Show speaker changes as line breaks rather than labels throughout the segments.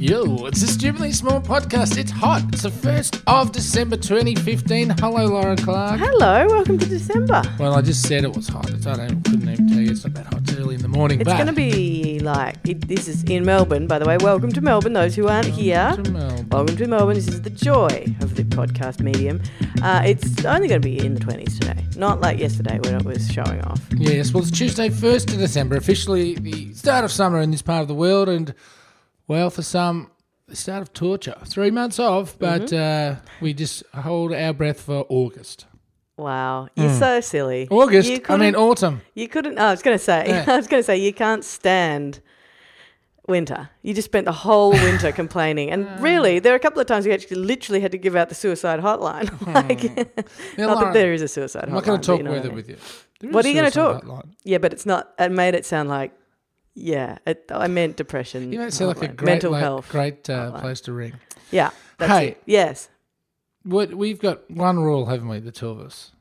Yo, it's a stupidly small podcast. It's hot. It's the 1st of December 2015. Hello, Laura Clark.
Hello, welcome to December.
Well, I just said it was hot. I don't, couldn't even tell you it's not that hot. It's early in the morning.
It's
but
going to be like, it, this is in Melbourne, by the way. Welcome to Melbourne, those who aren't here.
To Melbourne.
Welcome to Melbourne. This is the joy of the podcast medium. Uh, it's only going to be in the 20s today, not like yesterday when it was showing off.
Yes, well, it's Tuesday, 1st of December, officially the start of summer in this part of the world, and, well, for some, the start of torture. Three months off,
Mm-hmm.
but uh, we just hold our breath for August.
Wow, you're so silly.
Hmm. August,
You
I mean, autumn.
you couldn't. Oh, I was going to say,
Yeah.
I was going to say, you can't stand winter. You just spent the whole winter complaining, and
Hmm.
really, there are a couple of times we actually literally had to give out the suicide hotline.
Hmm.
like,
Now,
not
Lauren,
that there is a suicide hotline.
I'm not going
but
to talk
you know what I
weather
mean.
with you. There
What
is
are you gonna
suicide
talk?
hotline.
Yeah, but it's not. It made it sound like, yeah, it, I meant depression.
You don't sound like a
hotline,
great,
mental
like,
health.
great uh,
hotline.
place to ring.
Yeah, that's
Hey.
it. Yes,
What we've got one rule, haven't we? The two of us.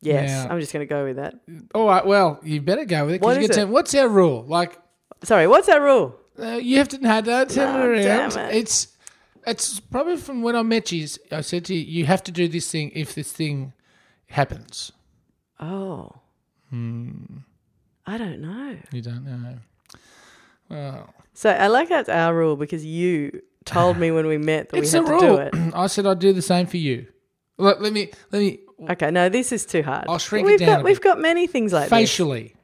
yes.
Yeah.
I'm just going to go with that.
All right. Well, you better go with it. 'cause
What
you
is
get
it?
ten- what's our rule? Like
Sorry, what's that rule?
uh, you have to have that. Turn
No,
it around.
damn it.
It's it's probably from when I met you. I said to you, you have to do this thing if this thing happens.
Oh,
Hmm.
I don't know.
You don't know. Well,
So I like that's our rule because you told me when we met that
it's
we
a
had to do
rule.
it.
I said I'd do the same for you. Let, let me let me
Okay, no, this is too hard.
I'll shrink it
we've
down a
Got, we've got many things like
facially.
this.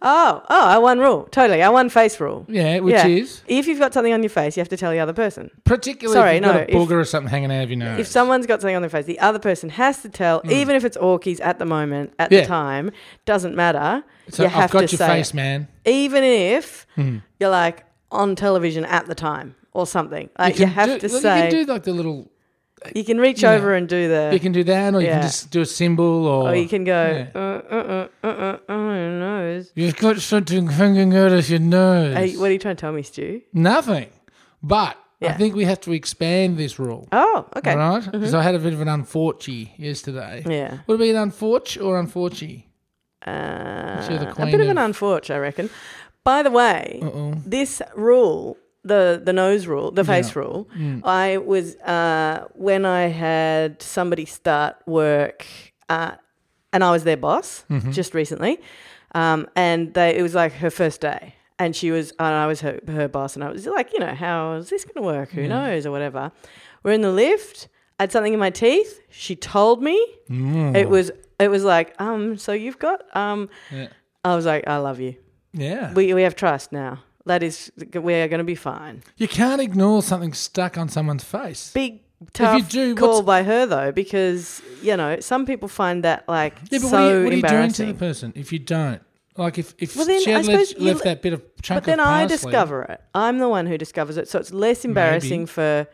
Oh, oh, our one rule. Totally, our one face rule.
Yeah, which
Yeah.
is
If you've got something on your face, you have to tell the other person.
particularly
Sorry,
if you've
no,
got a
if-
booger or something hanging out of your nose.
If someone's got something on their face, the other person has to tell, even if it's Orkies at the moment, at
Hmm. Yeah.
the time, doesn't matter.
so
you
I've
have
got
to
your
say
face, Hmm.
it.
man.
Even if you're like on television at the time or something. Like Uh, you,
can
have
do-
to
look,
say,
You can do like the little.
reach
you know,
over and do the.
You can do that, or you can
Yeah.
just do a symbol, or,
or you can go,
Yeah.
uh uh, uh, uh, uh, uh, oh, your nose.
You've got something hanging out of your nose.
Hey, what are you trying to tell me, Stu?
Nothing, but I
Yeah.
think we have to expand this rule.
Oh, okay.
All right, because I had a bit of an unfortunate yesterday.
Yeah.
Would it be an unforch or unfortunate? You're the
Uh, a
queen
bit of an
of-
unforge, I reckon. By the way,
Uh-oh.
this rule, the the nose rule, the face rule,
Mm.
I was uh, when I had somebody start work, uh, and I was their boss
Mm-hmm.
just recently, um, and they it was like her first day. And she was, and I was her, her boss, and I was like, you know, how is this going to work? Who knows, or whatever. We're in the lift. I had something in my teeth. She told me.
Hmm.
It was, it was like, um, so you've got, um,
Yeah.
I was like, I love you.
Yeah.
We, we have trust now. That is, we are going to be fine.
you can't ignore something stuck on someone's face.
Big tough
do,
call
what's-
by her though, because you know some people find that like
Yeah, but
so
what, are you, what are you doing to
embarrassing.
the person if you don't? Like if if
Well, then
she
I
had
suppose
left,
you
left
le-
that bit of chunk
but then
of parsley,
I discover it. I'm the one who discovers it, so it's less embarrassing for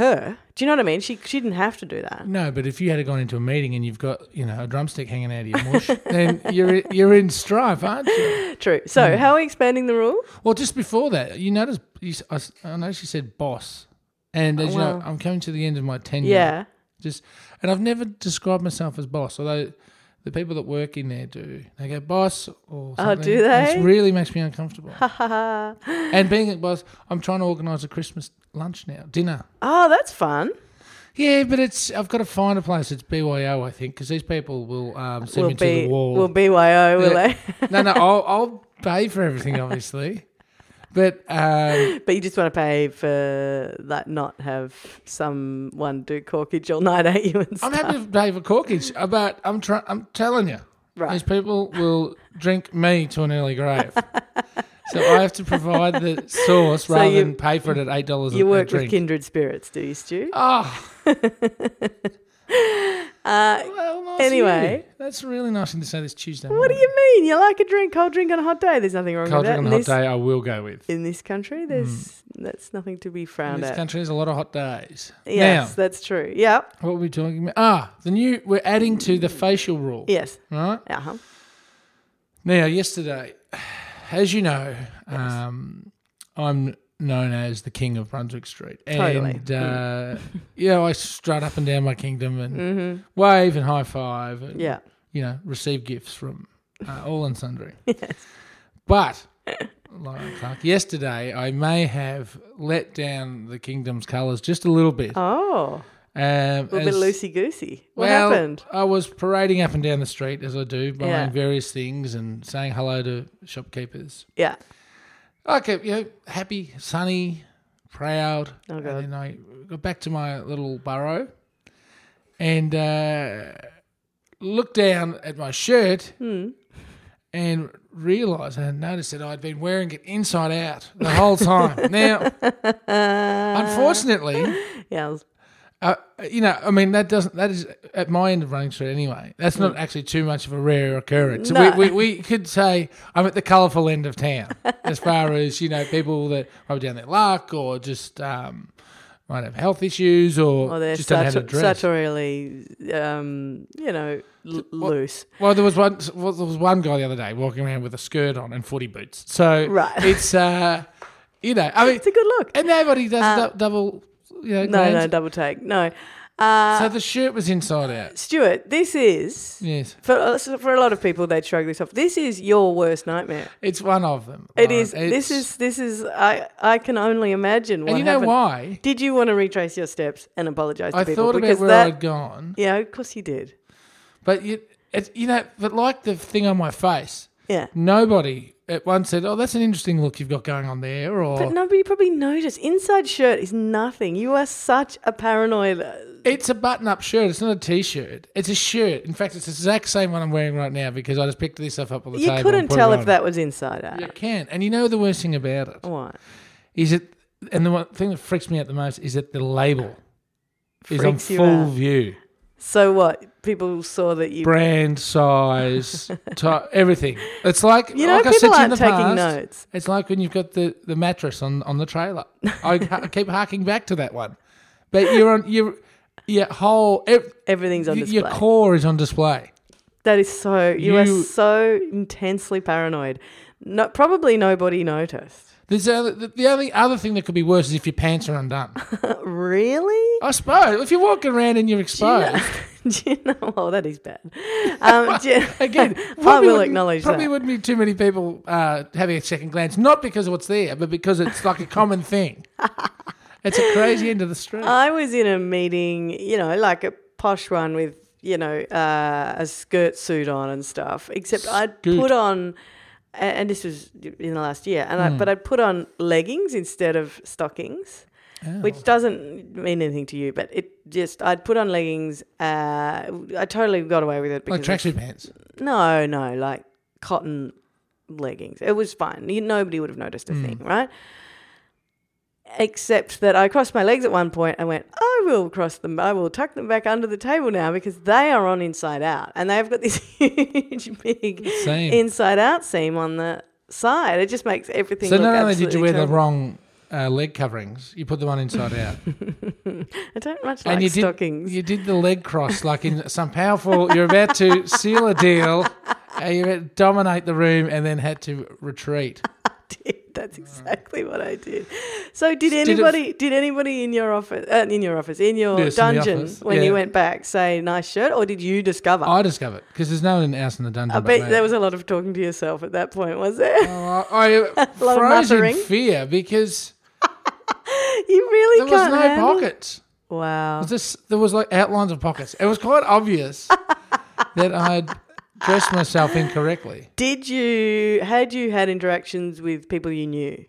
her. Do you know what I mean? She she didn't have to do that.
No, but if you had gone into a meeting and you've got you know a drumstick hanging out of your mush, then you're you're in strife, aren't you?
True. So
Hmm.
how are we expanding the rule?
Well, just before that, you notice you, s- I, s- I noticed you said boss, and as you
Well.
know, I'm coming to the end of my tenure.
Oh, Yeah.
Just and I've never described myself as boss, although the people that work in there do. They go boss or something.
Oh, do
and It
they?
really makes me uncomfortable.
Ha ha.
and being a boss, I'm trying to organise a Christmas lunch now, dinner.
oh, that's fun.
Yeah, but it's I've got to find a place. It's BYO, I think, because these people will um, send
We'll
me
be
to the wall.
we'll BYO, will
Yeah.
they?
no, no, I'll, I'll pay for everything, obviously. but um,
But you just want to pay for like not have someone do corkage all night at you and
I'm
stuff.
happy to pay for corkage. uh, But I'm trying. I'm telling you,
Right.
these people will drink me to an early grave. so I have to provide the sauce rather
you-
than pay for it at eight dollars.
you work
a
with
drink.
kindred spirits, do you, Stu?
Oh,
Uh,
well, nice of
Anyway.
you. that's really nice of you to say this Tuesday.
what do you mean? You like a drink, cold drink on a hot day. There's nothing wrong
Cold
with
drink on
that.
a
in,
hot
this,
day, I will go with.
in this country, there's that's nothing to be
In
frowned
this
at.
country, there's a lot of hot days.
Yes,
Now,
that's true. Yep.
what were we talking about? Ah, the new. We're adding to the facial rule.
Yes.
Right
Uh-huh.
now, yesterday, as you know, um, I'm known as the king of Brunswick Street,
Totally.
and uh, you know I strut up and down my kingdom and wave and high five, and
Mm. Mm-hmm. Yeah.
you know receive gifts from uh, all and sundry. But Lauren Clark. Yesterday, I may have let down the kingdom's colours just a little bit.
Oh,
Um,
a little
Hmm. as-
bit loosey goosey. What
well,
happened?
I was parading up and down the street as I do, buying
Yeah.
various things and saying hello to shopkeepers.
Yeah.
I kept, you know, happy, sunny, proud.
Oh, God.
And then I got back to my little burrow and uh, looked down at my shirt
Hmm.
and realised I had noticed that I'd been wearing it inside out the whole time. now, unfortunately,
Yeah. it was-
uh, you know, I mean, that doesn't that is at my end of running street anyway. That's not actually too much of a rare occurrence.
Mm. No.
We, we we could say I'm at the colourful end of town as far as you know people that are down their luck or just um, might have health issues or
Well, they're
just don't know how to
sartor-
dress.
sartorially, um, you know, l- loose.
Well, there was one. Well, there was one guy the other day walking around with a skirt on and footy boots. So
Right.
it's uh, you know, I mean,
It's a good look.
and nobody does dou- double. You know,
Uh, No, no,
glance.
double take. No. Uh,
So the shirt was inside out.
Stuart, this is.
Yes,
For, uh, for a lot of people, they shrug this off. This is your worst nightmare.
it's one of them.
It is.
Lauren.
This
It's-
is. This is. I. I can only imagine what
And you know
happened.
why?
Did you want to retrace your steps and apologise to
I
people?
thought about
because
where
that.
I'd gone,
Yeah, of course you did.
but you, it, you know, but like the thing on my face,
Yeah,
nobody at once said, "Oh, that's an interesting look you've got going on there," or
but nobody probably noticed. Inside shirt is nothing. You are such a paranoid. uh,
"It's a button-up shirt. It's not a t-shirt. It's a shirt. In fact, it's the exact same one I'm wearing right now because I just picked this stuff up on the
You
table. and
couldn't
put it
tell
on.
if that was inside out.
You can, and you know the worst thing about it
Why?
is it, and the one thing that freaks me out the most is that the label is on
Freaks you
full
out.
view.
So what? People saw that you.
brand, size, type, everything. It's like
You know,
like I said to
people
you in
aren't
the
taking
past,
notes.
It's like when you've got the, the mattress on, on the trailer. I ha- keep harking back to that one, but you're on your your whole ev-
Everything's on
y-
display.
your core is on display.
that is so. You, are
You-
so intensely paranoid. No, probably nobody noticed.
There's the, other- the- the only other thing that could be worse is if your pants are undone.
Really?
I suppose if you're walking around and you're exposed.
do you know? Oh, that is bad. Um, do you-
Again,
I
probably
will
wouldn't-
acknowledge
Probably
that.
wouldn't be too many people uh, having a second glance, not because of what's there, but because it's like a common thing. It's a crazy end of the street.
I was in a meeting, you know, like a posh one with, you know, uh, a skirt suit on and stuff. Except I'd
Skirt.
put on, a- and this was in the last year, and
Hmm.
I, but I'd put on leggings instead of stockings,
Oh.
which doesn't mean anything to you, but it just I'd put on leggings. Uh, I totally got away with it
like
because
tracksuit pants.
No, no, like cotton leggings. It was fine. You- Nobody would have noticed a
Hmm.
thing, right? Except that I crossed my legs at one point and went, I will cross them. I will tuck them back under the table now because they are on inside out and they've got this huge, big
Same.
inside out seam on the side. It just makes everything
so
look
not only did you
absolutely
wear the
terrible.
wrong uh, leg coverings, you put them on inside out,
I don't much
and
like
you did
stockings.
you did the leg cross like in some powerful. You're about to seal a deal. and You're about to dominate the room, and then had to retreat.
did. That's exactly what I did. So did
Did it-
anybody did, anybody in your office uh, in your office in your
Yes, in the
dungeon
office,
when
yeah.
you went back say nice shirt or did you discover? I,
I discovered because there's no one else in the dungeon. but
bet
me.
there was a lot of talking to yourself at that point, was there?
Oh, I
lot of
froze in
muttering.
fear because
you really
there was
can't.
no
handle-
pockets.
Wow.
Just there was like outlines of pockets. It was quite obvious that I'd dressed myself incorrectly.
Did you had you had interactions with people you knew?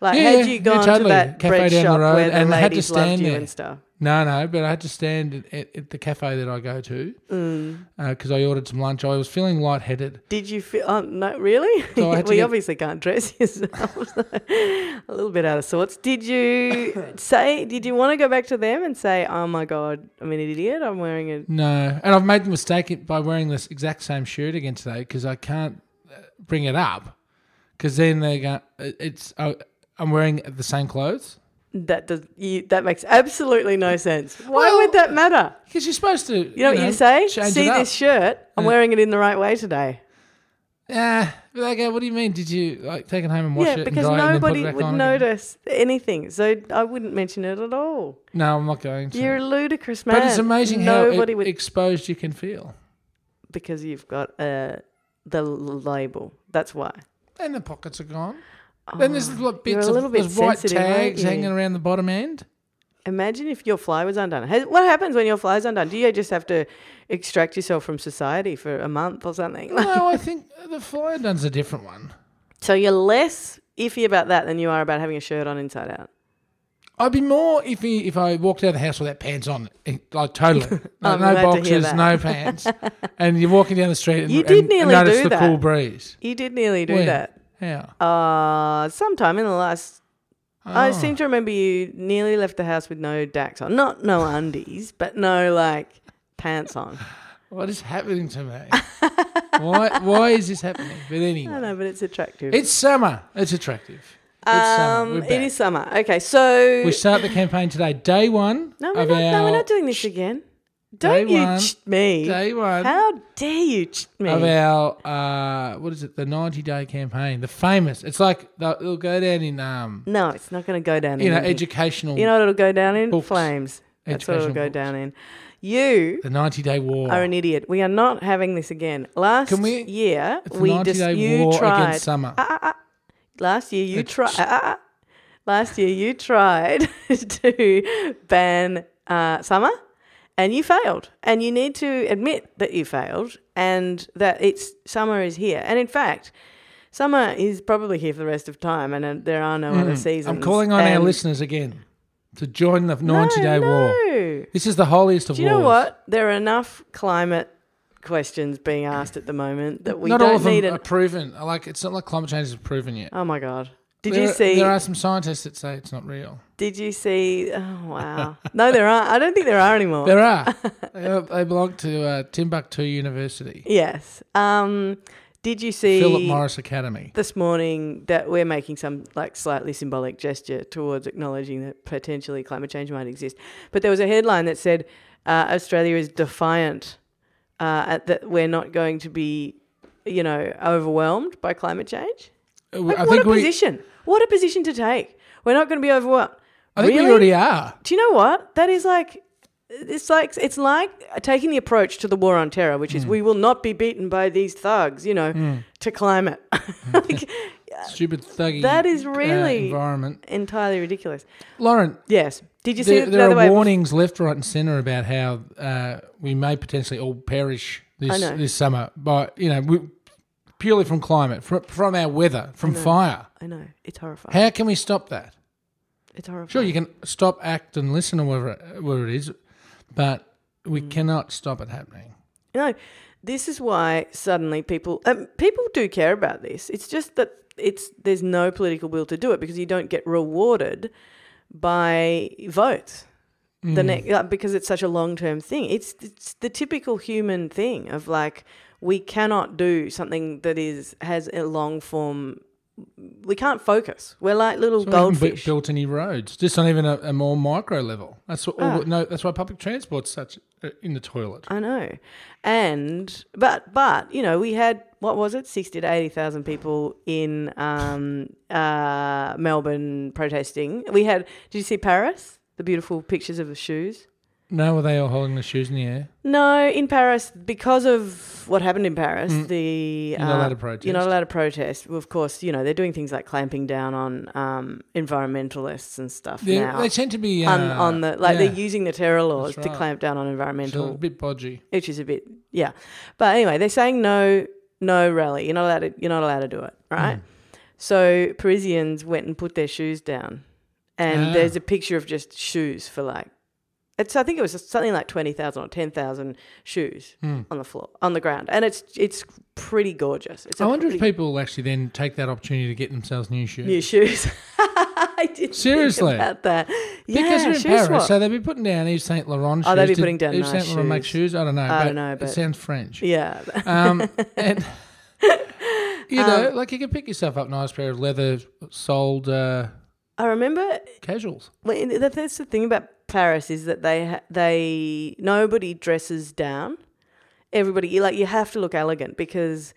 Like
Yeah, yeah,
had you
yeah,
gone to
totally.
that
Cafe
bread
down the
shop
road
where the
and had to
ladies loved
stand
you
there.
and stuff?
No, no, but I had to stand at, at the cafe that I go to
Mm.
because I ordered some lunch. I was feeling lightheaded.
Did you feel? Oh, no, really?
So I
well,
had to
you
get-
obviously can't dress yourself. so a little bit out of sorts. Did you say? Did you want to go back to them and say, "Oh my god, I'm an idiot. I'm wearing a."
No, and I've made the mistake by wearing this exact same shirt again today because I can't uh, bring it up because then they go. It's I, I'm wearing the same clothes
That does. You, that makes absolutely no sense. Why
Well-
would that matter?
because you're supposed to.
You know what you say?
change
See
it up.
this shirt? I'm wearing it in the right way today.
Yeah, but they go. What do you mean? Did you like take it home and wash it?
yeah,
and
because
dry it and then put
nobody
it back
would
on again?
notice anything, so I wouldn't mention it at all.
No, I'm not going to.
You're a ludicrous man.
but it's amazing how
nobody
e-
would
exposed you can feel.
because you've got uh, the label. That's why.
And the pockets are gone. then there's little bits
Oh, a
of
little bit
there's white
sensitive, aren't
tags
you?
hanging around the bottom end.
Imagine if your fly was undone. Has, what happens when your fly is undone? Do you just have to extract yourself from society for a month or something?
No, I think the fly done's a different one.
so you're less iffy about that than you are about having a shirt on inside out.
I'd be more iffy if I walked out of the house without pants on, eh, like totally, no,
I'm
no
glad to hear
boxers,
that.
no pants, and you're walking down the street and
You did
and- and
nearly
notice
do
the
that.
cool breeze.
You did nearly do
When?
that.
Yeah,
Uh, sometime in the last. I
Oh.
seem to remember you nearly left the house with no dacks on. Not no undies, but no like pants on.
Oh, What is happening to me? why? Why is this happening? But
I
anyway,
know, but it's attractive.
it's summer. It's attractive. It's summer. We're
um,
back.
it is summer. Okay, so
We start the campaign today, day one.
no, we're
of
not,
our,
no, we're not doing this again. Don't
Day
you
one.
ch me.
Day one
How dare you ch me?
of our uh, what is it? The ninety-day campaign. The famous. It's like they'll- it'll go down in um,
No, it's not going to go down.
you
in
know,
anything.
educational.
you know what it'll go down in
Books.
flames. That's what it'll
Educational
go
books.
down in. You
the ninety-day war.
are an idiot. We are not having this again. Last
Can we-
year
It's the
we just
ninety-day
you
war
tried. Uh,
against summer.
Last year you tried. last year you tried to ban uh, summer, and you failed. And you need to admit that you failed, and that it's summer is here. And in fact. Summer is probably here for the rest of time, and uh, there are no other seasons.
Mm. I'm calling on our
And-
listeners again to join the ninety-day
no,
war.
no.
This is the holiest of
Do you know
wars.
what? There are enough climate questions being asked at the moment that we
not
don't
all of them
need
are
an.
proven. Like it's not like climate change is proven yet.
Oh my god! Did
there,
you see?
There are some scientists that say it's not real.
Did you see? Oh wow! No, there aren't. I don't think there are anymore.
There are. they, they belong to uh, Timbuktu University,
yes. Um, did you see
Philip Morris Academy.
this morning that we're making some like slightly symbolic gesture towards acknowledging that potentially climate change might exist? But there was a headline that said uh, Australia is defiant uh, at that we're not going to be, you know, overwhelmed by climate change.
Uh,
Like,
I
what
think
a
we.
position. What a position to take. We're not going to be overwhelmed.
I think
really?
we already are.
Do you know what? That is like it's like it's like taking the approach to the war on terror, which
Mm.
is we will not be beaten by these thugs, you know, to climate. like,
Stupid thuggy.
That is
Mm. uh,
really-
environment.
entirely ridiculous.
Lauren,
Yes. Did you see
there,
it the
there
other way?
are warnings left, right, and centre about how uh, we may potentially all perish
I
this
know.
this summer by you know we, purely from climate, from, from our weather, from fire.
I know. It's horrifying.
How can we stop that?
It's horrifying.
Sure, you can stop, act, and listen, or whatever, whatever it is, but we
Mm.
cannot stop it happening.
No, this is why suddenly people um, people do care about this. It's just that it's there's no political will to do it because you don't get rewarded by votes. The next uh, because it's such a long term thing. It's it's the typical human thing of like we cannot do something that is has a long form. We can't focus. We're like little
We haven't bu-
goldfish.
built any roads, just on even a, a more micro level. That's what,
Ah.
no, that's why public transport's such uh, in the toilet.
I know, and but but you know we had what was it sixty to eighty thousand people in um, uh, Melbourne protesting. We had did you see Paris? The beautiful pictures of the shoes.
No, were they all holding their shoes in the air?
No, in Paris because of what happened in Paris, the
Mm. You're not
uh,
allowed to protest.
You're not allowed to protest. Well, of course, you know they're doing things like clamping down on um, environmentalists and stuff
They,
now.
they tend to be uh,
on, on the like
yeah,
they're using the terror laws
That's
to
right.
clamp down on
so
environmental
a bit bodgy.
which is a bit yeah. But anyway, they're saying no, no rally. You're not allowed to. You're not allowed to do it, right?
Hmm.
So Parisians went and put their shoes down, and
Ah.
there's a picture of just shoes for like. It's, I think it was something like twenty thousand or ten thousand shoes
Hmm.
on the floor, on the ground, and it's it's pretty gorgeous. It's a
I wonder if
pretty
people actually then take that opportunity to get themselves new shoes.
new shoes. I didn't think
Seriously?
about that. Yeah,
Because we're in
shoe
Paris, eh?
swap.
so they'd be putting down Yves Saint Laurent shoes.
Oh, they'd be
Did
putting down
Yves
nice
Saint Laurent make shoes. I don't know.
I
but
don't know, but-
it sounds French.
yeah,
Um, and you know,
Um,
like you could pick yourself up a nice pair of leather soled uh,
I remember
casuals.
Well, and that- that's the thing about Paris is that they ha- they nobody dresses down. Everybody you like you have to look elegant because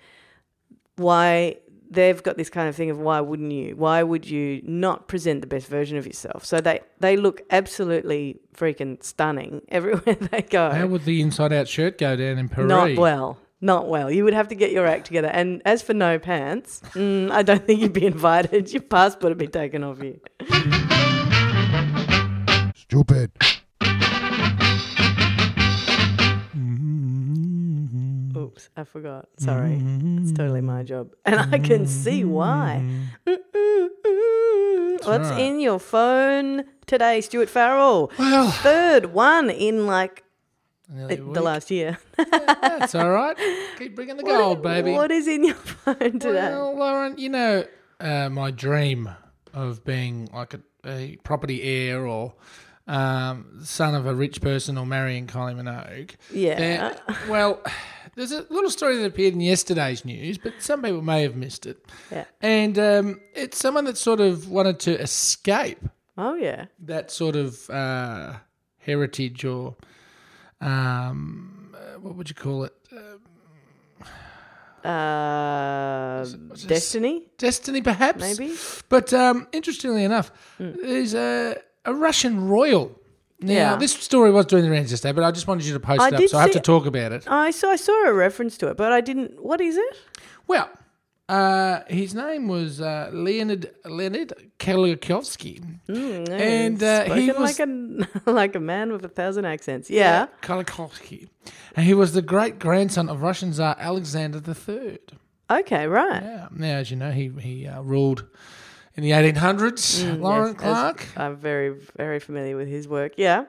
why they've got this kind of thing of why wouldn't you? Why would you not present the best version of yourself? So they they look absolutely freaking stunning everywhere they go.
How would the inside out shirt go down in Paris?
not well. Not well. You would have to get your act together. And as for no pants, mm, I don't think you'd be invited. Your passport would be taken off you.
Stupid.
Mm-hmm.
Oops, I forgot. Sorry. It's totally my job. And I can see why. Mm-mm-mm.
Mm.
What's
right.
in your phone today, Stuart Farrell?
Well,
Third one in like
nearly a
the
week.
last year.
That's all right. Keep bringing the gold, baby.
What is in your phone today?
Well, Lauren, you know uh, my dream of being like a, a property heir or um, son of a rich person or marrying Kylie Minogue.
yeah.
There- well, there's a little story that appeared in yesterday's news, but some people may have missed it.
Yeah.
And um, it's someone that sort of wanted to escape
Oh, yeah.
that sort of uh, heritage or um, uh, what would you call it?
Uh, Destiny,
Destiny, perhaps?
maybe? Hmm.
But um, interestingly enough, there's a, a Russian royal. Now,
Yeah.
this story was doing the rounds yesterday, but I just wanted you to post
I
it up,
did
so I have to
see
talk about it.
I saw, I saw a reference to it, but I didn't. What is it?
Well, uh, his name was uh, Leonid Leonid Kalukovsky,
Mm, yeah,
And, uh,
spoken
he was-
like a like a man with a thousand accents. Yeah.
Kalukovsky, and he was the great grandson of Russian Tsar Alexander III.
Okay. Right.
Yeah. Now, as you know, he he uh, ruled in the 1800s. Lauren
Hmm, Yes, as-
Clark.
I'm very very familiar with his work. Yeah.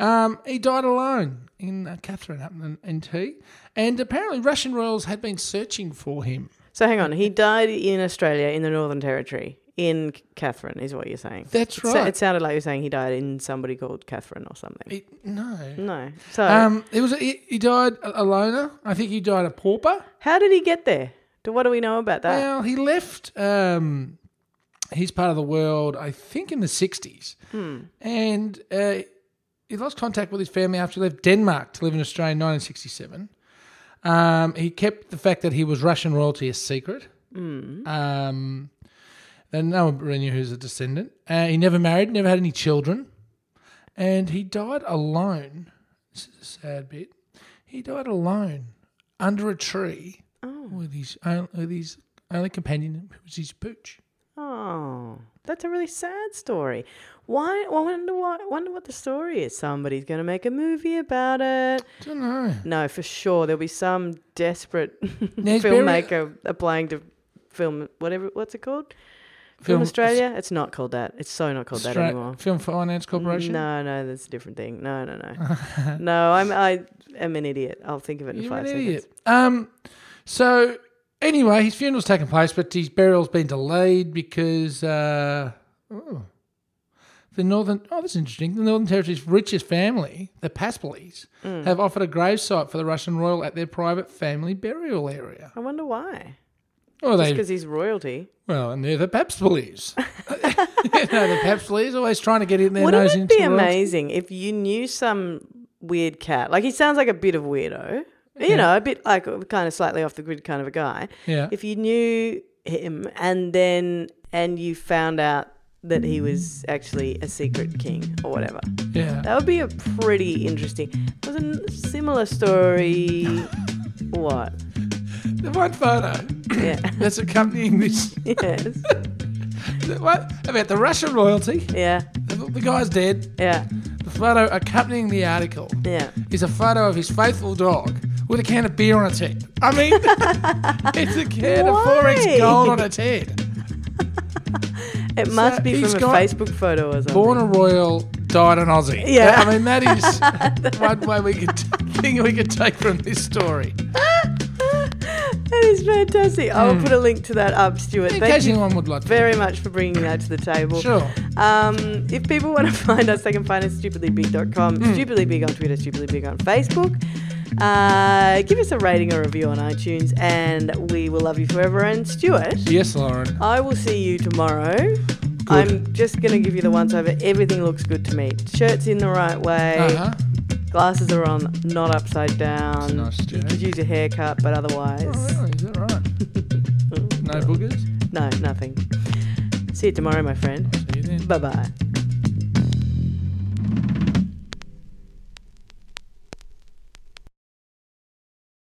Um, he died alone in uh, Catherine up in, in T, and apparently Russian royals had been searching for him.
So hang on. He died in Australia in the Northern Territory in C- Catherine, is what you're saying.
That's
It sa-
right.
it sounded like you're saying he died in somebody called Catherine or something.
He- no.
No. So
Um, it was he, he died a, a loner. I think he died a pauper.
how did he get there? Do, what do we know about that?
Well, he left um, his part of the world, I think, in the 60s. And uh, he lost contact with his family after he left Denmark to live in Australia in 1967. Um, he kept the fact that he was Russian royalty a secret. Um, then no one really knew who was a descendant. Uh, he never married, never had any children. And he died alone. This is a sad bit. He died alone under a tree with his own, with his only companion who was his pooch.
Oh, that's a really sad story. Why? I wonder why. Wonder what the story is. Somebody's going to make a movie about it.
Don't know.
No, for sure. There'll be some desperate
he's very- uh,
filmmaker applying to film whatever. What's it called? Film, Australia. It's not called that. It's so not called that
Stra-
anymore.
Film Finance Corporation.
No, no, that's a different thing. No, no, no. no, I'm I am an idiot. I'll think of it in
You're
five
an
seconds.
idiot. Um, so anyway, his funeral's taken place, but his burial's been delayed because uh, oh, the northern oh, that's interesting. The Northern Territory's richest family, the Paspalis,
Hmm.
have offered a gravesite for the Russian royal at their private family burial area.
I wonder why.
Oh, they
Because he's royalty.
Well, and they're the Papsleys. you know, the Papsleys always trying to get in their
Wouldn't
nose
it
into
be
royalty.
amazing if you knew some weird cat? Like he sounds like a bit of weirdo. You know, a bit like kind of slightly off the grid kind of a guy.
Yeah.
If you knew him and then and you found out that he was actually a secret king or whatever.
yeah.
That would be a pretty interesting. There's a similar story. what?
The one photo
Yeah.
that's accompanying this.
yes.
the What about the Russian royalty?
Yeah.
The, the guy's dead.
Yeah.
The photo accompanying the article
Yeah.
is a photo of his faithful dog with a can of beer on its head. I mean, it's a can of 4x
Why?
gold on its head.
It must be
he's
from a
got-
Facebook photo or something.
Born a royal, died an Aussie.
Yeah.
I mean, that is one way we could thing we could take from this story.
That is fantastic. I'll put a link to that up, Stuart.
Hmm. In
Thank
case
you
anyone would like to.
very much for bringing that to the table.
Sure.
Um, if people want to find us, they can find us at stupidlybig.com,
Hmm.
stupidlybig on Twitter, stupidlybig on Facebook. Uh, give us a rating or review on iTunes, and we will love you forever. And Stuart,
Yes, Lauren.
I will see you tomorrow. I'm just going to give you the once over. Everything looks good to me. Shirt's in the right way.
Uh huh.
Glasses are on, not upside down.
nice,
you
Jack.
could use a haircut, but otherwise,
Oh, really? Is that right? No boogers?
no, nothing. See you tomorrow, my friend.
See you then.
Bye bye.